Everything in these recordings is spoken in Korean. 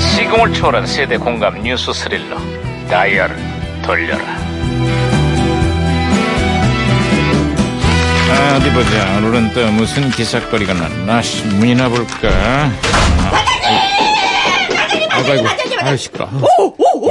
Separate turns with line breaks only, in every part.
시공을 초월한 세대 공감 뉴스 스릴러 다이얼을 돌려라 아, 어디 보자 오늘은 또 무슨 기사거리가 났나 신문이나 볼까 아, 아이고 아이고 아유 시끄러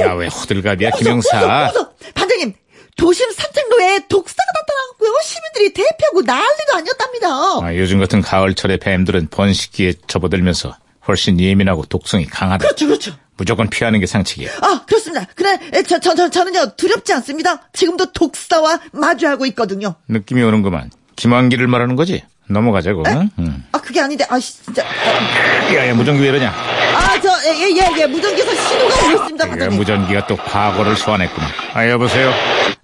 야 왜 호들갑이야 김영사
어서, 반장님, 도심 산책로에 독사가 나타나고요. 시민들이 대피하고 난리도 아니었답니다.
아, 요즘 같은 가을철에 뱀들은 번식기에 접어들면서 훨씬 예민하고 독성이 강하다
그렇죠, 그렇죠.
무조건 피하는 게 상책이야
아, 그렇습니다. 그래, 에, 저, 저, 저, 저는요, 두렵지 않습니다. 지금도 독사와 마주하고 있거든요.
느낌이 오는구만 김환기를 말하는 거지 넘어가자고 응? 응.
아, 그게 아닌데, 아, 씨, 진짜. 아,
야, 야, 무전기 왜 이러냐?
아, 저, 예, 예, 예, 예, 무전기에서 신호가 오고 있습니다,
야,
반장님.
예, 무전기가 또 과거를 소환했구나. 아, 여보세요?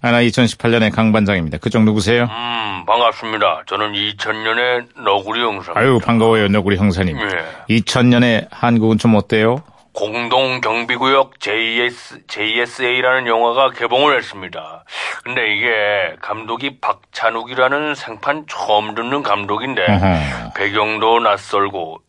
아, 나 2018년의 강반장입니다. 그쪽 누구세요?
음, 반갑습니다. 저는 2000년의 너구리 형사입니다.
아유, 반가워요, 너구리 형사님.
예.
2000년에 한국은 좀 어때요?
공동경비구역 JS, JSA라는 영화가 개봉을 했습니다. 근데 이게 감독이 박찬욱이라는 생판 처음 듣는 감독인데
어허.
배경도 낯설고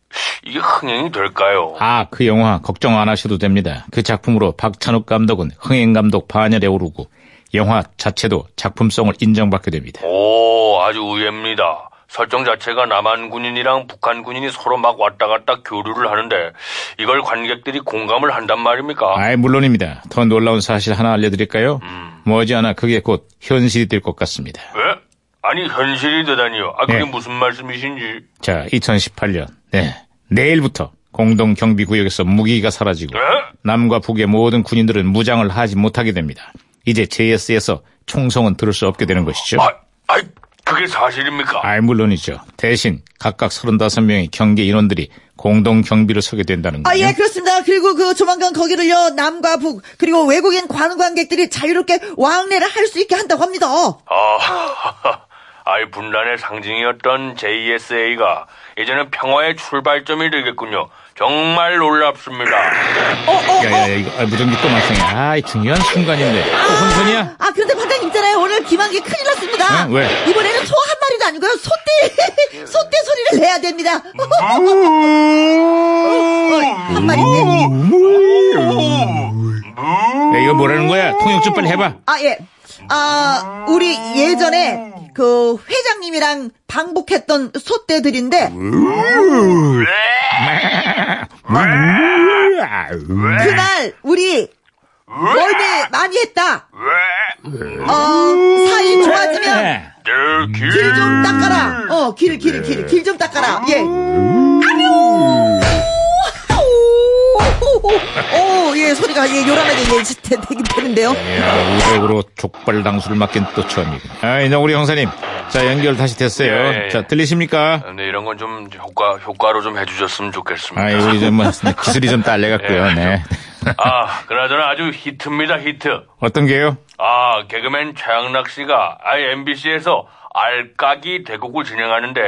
이게 흥행이 될까요?
아, 그 영화 걱정 안 하셔도 됩니다. 그 작품으로 박찬욱 감독은 흥행 감독 반열에 오르고 영화 자체도 작품성을 인정받게 됩니다.
오, 아주 의외입니다. 설정 자체가 남한 군인이랑 북한 군인이 서로 막 왔다 갔다 교류를 하는데 이걸 관객들이 공감을 한단 말입니까?
아이, 물론입니다. 더 놀라운 사실 하나 알려드릴까요? 머지않아 그게 곧 현실이 될 것 같습니다.
예? 아니 현실이 되다니요. 아 그게
네.
무슨 말씀이신지.
자, 2018년. 네. 내일부터 공동 경비 구역에서 무기가 사라지고
예?
남과 북의 모든 군인들은 무장을 하지 못하게 됩니다. 이제 JS에서 총성은 들을 수 없게 되는 것이죠.
아, 아이 그게 사실입니까?
아, 물론이죠. 대신 각각 35명의 경계 인원들이 공동 경비를 서게 된다는
아,
거예요.
예, 그렇습니다. 그리고 그 조만간 거기를요, 남과 북, 그리고 외국인 관광객들이 자유롭게 왕래를 할 수 있게 한다고 합니다.
아, 아이 분란의 상징이었던 JSA가 이제는 평화의 출발점이 되겠군요. 정말 놀랍습니다.
야야야, 이거 아, 무전기 또 말썽이야. 아, 중요한 순간인데. 또 혼선이야?
아, 그런데 반장님 있잖아요. 오늘 김한기 큰일 났습니다.
응, 왜?
이번에는 소 한 마리도 아니고요. 소떼, 소떼 소리를 내야 됩니다. 어, 한 마리인데.
야, 이거 뭐라는 거야? 통역 좀 빨리 해봐.
아, 예. 아, 우리 예전에 그 회장님이랑 방북했던 소떼들인데 그날 우리 멀미 많이 했다.
왜?
어, 사이
네.
좋아지면
내 길.
길 좀 닦아라. 어, 길, 길, 길, 길 좀 닦아라. 예. 아뇨! 오, 예, 소리가, 예, 요란하게, 예, 되- 되긴 되는데요.
야, 우적으로 족발 당수를 맞긴 또 처음이군. 아, 이제 우리 형사님. 자, 연결 다시 됐어요.
예, 예.
자, 들리십니까?
근데 이런 건 좀 효과 효과로 좀 해주셨으면 좋겠습니다.
아, 우리 좀, 뭐, 기술이 좀 딸려갔고요,
예.
네.
아, 그나저나 아주 히트입니다 히트.
어떤 게요?
아, 개그맨 최양락 씨가 아예 MBC에서 알까기 대국을 진행하는데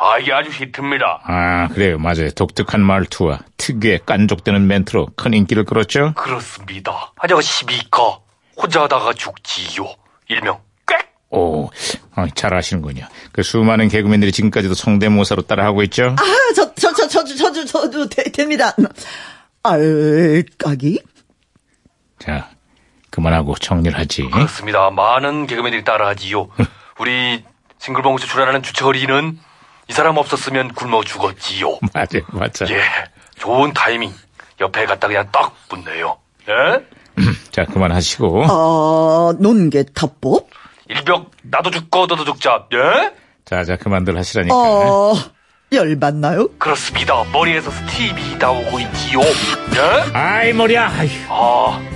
아 이게 아주 히트입니다.
아, 그래요. 맞아요. 독특한 말투와 특유의 깐족되는 멘트로 큰 인기를 끌었죠?
그렇습니다. 안녕하십니까. 혼자 하다가 죽지요. 일명 꽥.
오, 어, 잘 아시는군요. 그 수많은 개그맨들이 지금까지도 성대모사로 따라하고 있죠?
아, 저, 저, 저, 저, 저, 저, 저, 저도 되- 됩니다. 알까기?
자, 그만하고 정리를 하지.
그렇습니다. 많은 개그맨들이 따라하지요. 우리 싱글벙에서 출연하는 주철이는 이 사람 없었으면 굶어 죽었지요.
맞아요, 맞아요.
예, 좋은 타이밍. 옆에 갔다 그냥 딱 붙네요. 예?
자, 그만하시고.
아, 논개탑법?
일벽 나도 죽고 너도 죽자. 예?
자, 자, 그만들 하시라니까.
어, 열받나요?
그렇습니다. 머리에서 스티비 나오고 있지요. 예?
아이, 머리야. 아휴.
아,